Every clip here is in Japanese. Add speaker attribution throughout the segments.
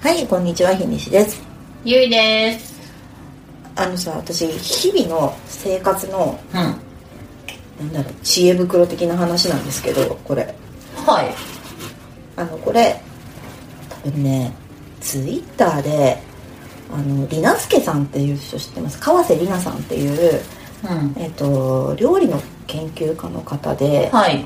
Speaker 1: はいこんにちはひにしです
Speaker 2: ゆいです
Speaker 1: あのさ私日々の生活の
Speaker 2: うん
Speaker 1: なんだろう知恵袋的な話なんですけどこれ
Speaker 2: はい
Speaker 1: あのこれ多分ねツイッターであのりなすけさんっていう人知ってます川瀬里奈さんっていう、
Speaker 2: うん
Speaker 1: えっと料理の研究家の方で
Speaker 2: はい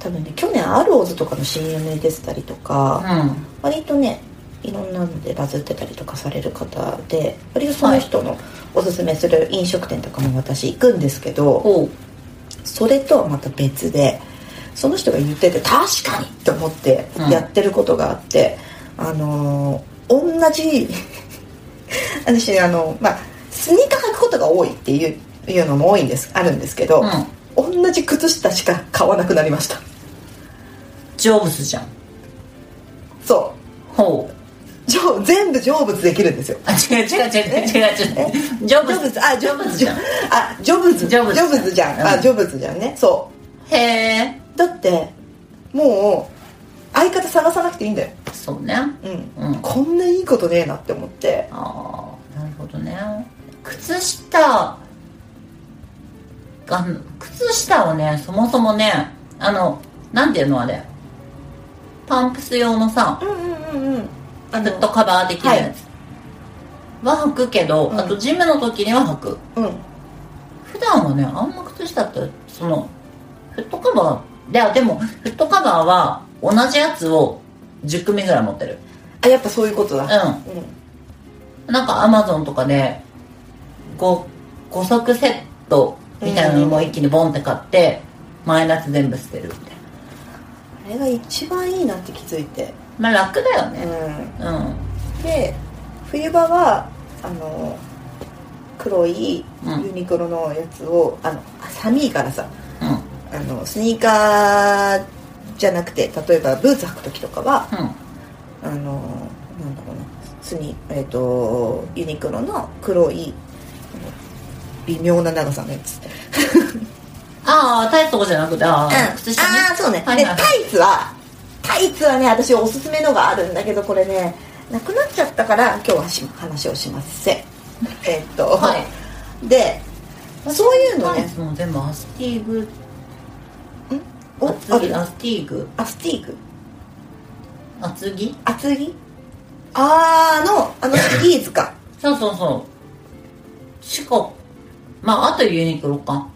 Speaker 1: 多分ね去年アローズとかの CM に出てたりとか、
Speaker 2: う
Speaker 1: 割とねいろんなのでバズってたりとかされる方で割とその人のおすすめする飲食店とかも私行くんですけど、
Speaker 2: おう
Speaker 1: それとはまた別でその人が言ってて確かにと思って
Speaker 2: うん
Speaker 1: やってることがあって、あのー同じ 私ねあのまあスニーカー履くことが多いっていういうのも多いんですあるんですけど、
Speaker 2: うん
Speaker 1: 同じ靴下しか買わなくなりました
Speaker 2: ジョブズじゃん
Speaker 1: そ
Speaker 2: ほう
Speaker 1: うじょ全部成仏できるんですよ
Speaker 2: あ違う違う違う違う違うジョ
Speaker 1: ジ
Speaker 2: ブ
Speaker 1: ョブ
Speaker 2: ズ
Speaker 1: ズあジョブズじゃん
Speaker 2: ジ
Speaker 1: あジョブズ
Speaker 2: ジョブズ
Speaker 1: じゃん、
Speaker 2: う
Speaker 1: あ
Speaker 2: ん
Speaker 1: ジョブズじゃんねそ
Speaker 2: へえ
Speaker 1: うだってもう相方探さなくていいんだよ
Speaker 2: そうね
Speaker 1: うん
Speaker 2: うん
Speaker 1: こんないいことねえなって思って
Speaker 2: ああなるほどね靴下あの靴下をねそもそもねあのなんていうのあれパンプス用のさ
Speaker 1: うんうんうんうんあ
Speaker 2: フットカバー的なやつは履くけど、
Speaker 1: うん
Speaker 2: あとジムの時には履く
Speaker 1: うん
Speaker 2: 普段はねあんま靴下ってそのフットカバーであでもフットカバーは同じやつを10組ぐらい持ってる
Speaker 1: あやっぱそういうことだ
Speaker 2: う
Speaker 1: うん
Speaker 2: んなんかアマゾンとかで 5, 5足セットみたいなのも一気にボンって買ってマイナス全部捨てるみたい
Speaker 1: あれが一番いいなって気づいて
Speaker 2: なまあ楽だよ
Speaker 1: う
Speaker 2: ね
Speaker 1: ん
Speaker 2: うん
Speaker 1: で冬場はあの黒い
Speaker 2: うん
Speaker 1: ユニクロのやつを、あの寒いからさ
Speaker 2: うん
Speaker 1: あのスニーカーじゃなくて例えばブーツ履く時とかは
Speaker 2: うん
Speaker 1: あのなんだろうなスニえっ、とユニクロの黒いあの微妙な長さのやつ
Speaker 2: ああ大したことじゃなくてああ、
Speaker 1: うん、
Speaker 2: 靴下ね
Speaker 1: ああそうね、
Speaker 2: はいはい
Speaker 1: でタイツはタイツはね私おすすめのがあるんだけどこれねなくなっちゃったから今日はし話をしませ んえっと、
Speaker 2: はい
Speaker 1: でそういうの
Speaker 2: パン
Speaker 1: ね
Speaker 2: ツも全部アスティーグ
Speaker 1: お
Speaker 2: 厚着
Speaker 1: あ
Speaker 2: アスティーグ
Speaker 1: アスティーク
Speaker 2: 厚着
Speaker 1: 厚着あーのあのシリーズか
Speaker 2: そうそうそうしかまああとユニクロか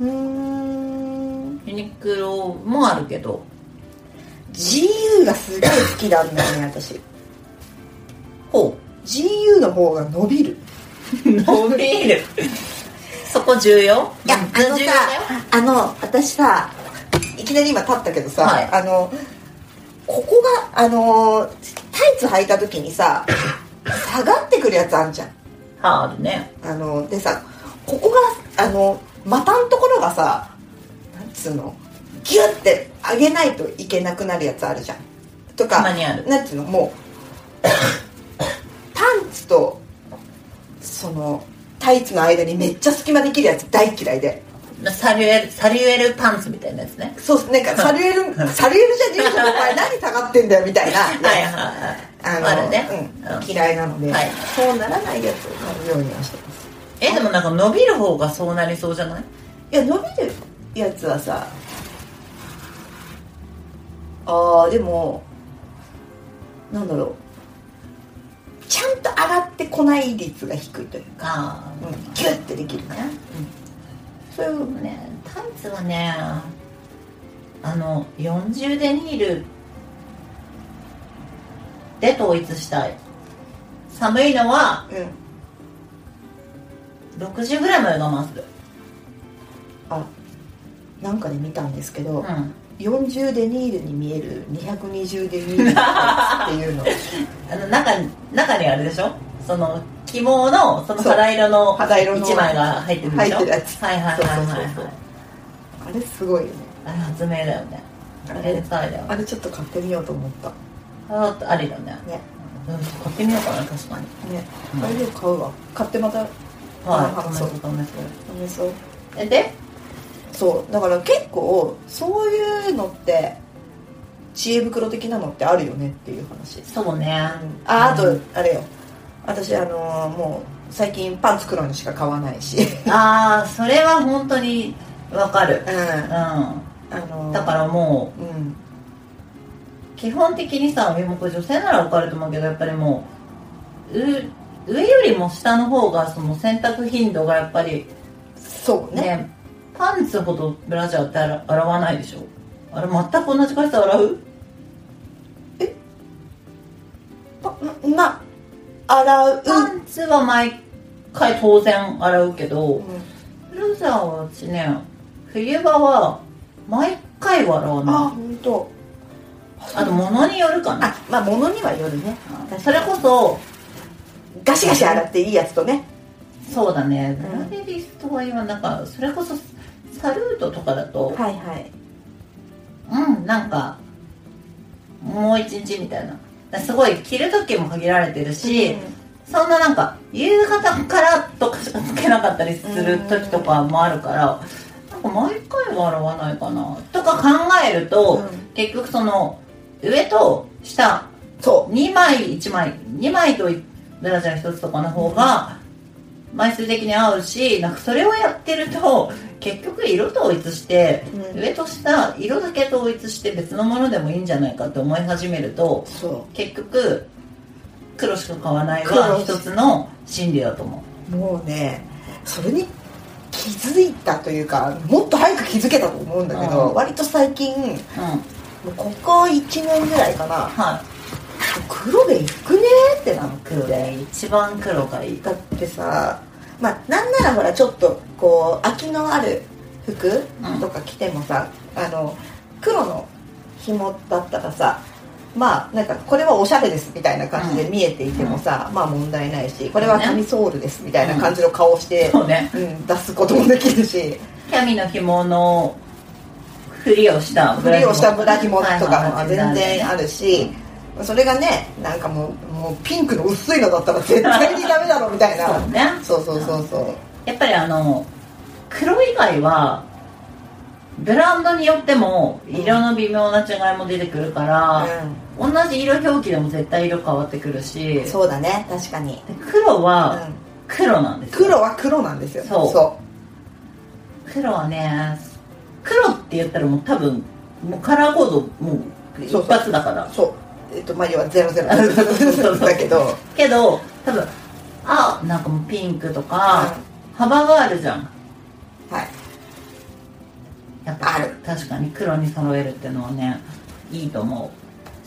Speaker 1: うーん
Speaker 2: ユニクロもあるけど
Speaker 1: GU がすごい好きなんだよね私
Speaker 2: ほ
Speaker 1: GU の方が伸びる
Speaker 2: う伸びるそこ重要
Speaker 1: いや、あ
Speaker 2: 重要
Speaker 1: のさ
Speaker 2: だよ、
Speaker 1: あの、私さ、いきなり今立ったけどさ、
Speaker 2: はい
Speaker 1: あの、ここが、あの、タイツ履いた時にさ、下がってくるやつあんじゃん。
Speaker 2: あるね
Speaker 1: あの、でさ、ここが、あの、股のところがさ、なんつうの、ギュッて上げないといけなくなるやつあるじゃん。とか、
Speaker 2: たまにある
Speaker 1: なんつうの、 もう、パンツと、その、タイツの間にめっちゃ隙間できるやつ大嫌いで。
Speaker 2: サリュエルサリュエルパンツみたいなやつね
Speaker 1: そうっすなん かサリュエルサリュエルじゃねえじゃんお前何下がってんだよみたいな
Speaker 2: はいはいはいあるね、
Speaker 1: うん
Speaker 2: うん
Speaker 1: 嫌いなので、
Speaker 2: はい
Speaker 1: そうならないやつを買うようにはしてます
Speaker 2: えでもなんか伸びる方がそうなりそうじゃない
Speaker 1: いや伸びるやつはさあーでもなんだろうちゃんと上がってこない率が低いというか、
Speaker 2: ああ、
Speaker 1: うん、ギュッてできるねそういう
Speaker 2: うん、ねパンツはねあの40デニールで統一したい寒いのは
Speaker 1: うん
Speaker 2: 60ぐらいまで我慢する
Speaker 1: あなんかで見たんですけど、
Speaker 2: うん
Speaker 1: 40デニールに見える220デニールっていう の
Speaker 2: あの中に中にあれでしょその起毛のその肌色の
Speaker 1: そう肌色の
Speaker 2: 一枚が入ってるでしょ
Speaker 1: 入ってるやつ
Speaker 2: はいはいはいはい
Speaker 1: そうそうそう
Speaker 2: はい
Speaker 1: あれすごいよね
Speaker 2: あれ発明だよね天才だよね
Speaker 1: あれちょっと買ってみようと思った
Speaker 2: あありだね
Speaker 1: ね
Speaker 2: うん買ってみようかな確かに
Speaker 1: ね
Speaker 2: うん
Speaker 1: あれでも買うわ買ってまた
Speaker 2: は
Speaker 1: あ
Speaker 2: い
Speaker 1: そう
Speaker 2: 試す試す
Speaker 1: 試そう
Speaker 2: えで
Speaker 1: そうだから結構そういうのって知恵袋的なのってあるよねっていう話
Speaker 2: そうね
Speaker 1: ああと、
Speaker 2: うん
Speaker 1: あれよ私あのーもう最近パンツ黒いのしか買わないし、
Speaker 2: ああそれは本当にわかる
Speaker 1: うん、
Speaker 2: うん
Speaker 1: あのー
Speaker 2: だからも
Speaker 1: うん
Speaker 2: う基本的にさもこれ女性ならわかると思うけどやっぱりもうう上よりも下の方がその洗濯頻度がやっぱり
Speaker 1: そう
Speaker 2: ね
Speaker 1: ね
Speaker 2: パンツほどブラジャーって洗洗わないでしょあれ全く同じ回数洗う
Speaker 1: パまあ洗う、
Speaker 2: パンツは毎回当然洗うけど
Speaker 1: うん
Speaker 2: ブラジャーはうちね冬場は毎回は洗わ
Speaker 1: あ
Speaker 2: ない
Speaker 1: 本当
Speaker 2: あと物によるかな
Speaker 1: あまあ物にはよるね
Speaker 2: それこそ
Speaker 1: ガシガシ洗っていいやつとね
Speaker 2: そうだね
Speaker 1: う
Speaker 2: ブ
Speaker 1: ん
Speaker 2: ラデリストは今なんかそれこそサルートとかだと
Speaker 1: はいはい
Speaker 2: うんなんかもう一日みたいなだからすごい着る時も限られてるし、そんななんか夕方からとかしかつけなかったりする時とかもあるからなんか毎回は洗わないかなとか考えると、
Speaker 1: うん
Speaker 2: 結局その上と下
Speaker 1: そ
Speaker 2: 2枚1枚2枚とブラジャー1つとかの方が枚数的に合うしなんかそれをやってると結局色統一して、
Speaker 1: うん
Speaker 2: 上と下色だけ統一して別のものでもいいんじゃないかって思い始めると
Speaker 1: うそ
Speaker 2: 結局黒しか買わないは
Speaker 1: 黒
Speaker 2: 一つの心理だと思
Speaker 1: うもうねそれに気づいたというかもっと早く気づけたと思うんだけど、
Speaker 2: うん
Speaker 1: 割と最近
Speaker 2: ううん
Speaker 1: もうここ1年ぐらいかな
Speaker 2: は
Speaker 1: 黒でいくねーってなの
Speaker 2: い黒で一番黒がいい
Speaker 1: だってさまあなんならほらちょっとこう空きのある服とか着てもさ、あの黒の紐だったらさまあなんかこれはおしゃれですみたいな感じで見えていてもさ、まあ問題ないしこれはキャミソールですみたいな感じの顔をして、
Speaker 2: そうね
Speaker 1: うん、出すこともできるし
Speaker 2: キャミの紐のふりをした
Speaker 1: ふりをしたブラひもと
Speaker 2: はい
Speaker 1: か
Speaker 2: はい
Speaker 1: も全然あるしそれがねなんかもうもうピンクの薄いのだったら絶対にダメだろうみたい
Speaker 2: そうね
Speaker 1: なそうそうそうそう
Speaker 2: やっぱりあの黒以外はブランドによっても色の微妙な違いも出てくるから、
Speaker 1: う
Speaker 2: 同じ色表記でも絶対色変わってくるし
Speaker 1: ん、そうだね確かに、
Speaker 2: 黒
Speaker 1: う
Speaker 2: は
Speaker 1: ん、
Speaker 2: 黒なんですよ
Speaker 1: 黒は黒なんですよ
Speaker 2: そう
Speaker 1: そ
Speaker 2: 黒はね黒って言ったらもう多分もうカラーコードもう一
Speaker 1: そうそう
Speaker 2: 発だから
Speaker 1: うそうえっとまあ要はゼロゼロ
Speaker 2: そうそうそう
Speaker 1: だけど、
Speaker 2: けど多分あなんかもうピンクとか、幅があるじゃん
Speaker 1: はい
Speaker 2: やっぱ
Speaker 1: ある
Speaker 2: 確かに黒に揃えるってのはねいいと思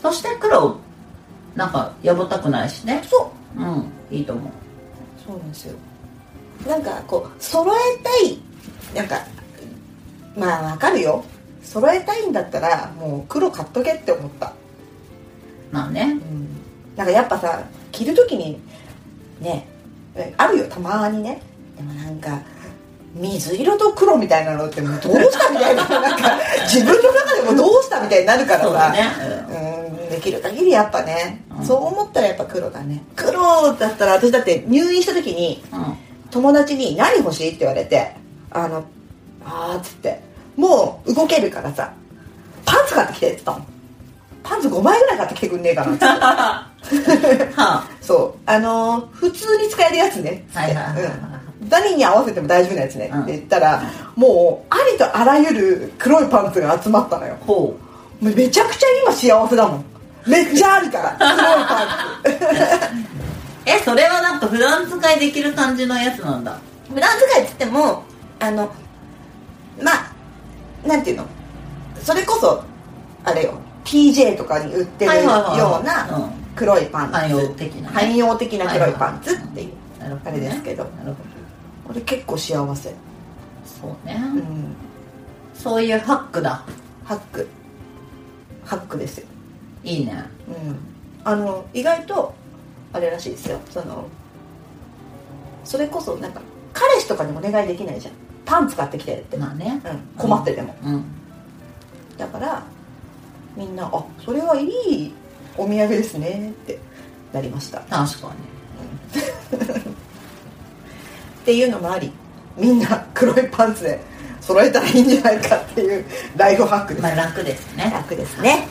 Speaker 2: うそして黒なんかやぼったくないしね
Speaker 1: そう
Speaker 2: うんいいと思う
Speaker 1: そうなんですよなんかこう揃えたいなんかまあわかるよ揃えたいんだったらもう黒買っとけって思った、
Speaker 2: まあね
Speaker 1: うん、なんかやっぱさ着る時にねえあるよたまにねでもなんか水色と黒みたいなのってもうどうしたみた いななんか自分の中でもどうしたみたいになるからさ
Speaker 2: そうだね
Speaker 1: うんできる限りやっぱね、
Speaker 2: うん
Speaker 1: そう思ったらやっぱ黒だね黒だったら私だって入院した時に
Speaker 2: うん、うん
Speaker 1: 友達に「何欲しい?」って言われて「あのあー」っつってもう動けるからさ「パンツ買ってきて」って言ったのパンツ5枚ぐらい買ってきてくんねえかなっつって
Speaker 2: は
Speaker 1: そうあのー普通に使えるやつね
Speaker 2: あ、はいはいはい、
Speaker 1: うん誰に合わせても大丈夫なやつね
Speaker 2: うん
Speaker 1: って言ったら、もうありとあらゆる黒いパンツが集まったのよ
Speaker 2: こ
Speaker 1: もうめちゃくちゃ今幸せだもんめっちゃあるから黒いパンツ
Speaker 2: うえそれはなんか普段使いできる感じのやつなんだ
Speaker 1: 無駄遣いっつってもあのまあなんていうのそれこそあれよ PJ とかに売ってるような黒いパンツ
Speaker 2: 汎用的なね
Speaker 1: 汎用的な黒いパンツっていう、
Speaker 2: なるほ
Speaker 1: あれ
Speaker 2: ね
Speaker 1: ですけど
Speaker 2: なるほど
Speaker 1: 俺結構幸せ
Speaker 2: そうね、
Speaker 1: うん
Speaker 2: そういうハックだ
Speaker 1: ハックハックですよ、
Speaker 2: いいね
Speaker 1: うん、あの意外とあれらしいですよそのそれこそなんか彼氏とかにお願いできないじゃんパン使ってきてって、うん、
Speaker 2: まあね
Speaker 1: 困ってても、
Speaker 2: うん
Speaker 1: だからみんな「あそれはいいお土産ですね」ってなりましたっ
Speaker 2: 確か
Speaker 1: ていうのもありみんな黒いパンツで揃えたらいいんじゃないかっていうライフハックで
Speaker 2: に
Speaker 1: す、
Speaker 2: まあ楽ですね
Speaker 1: 楽ですね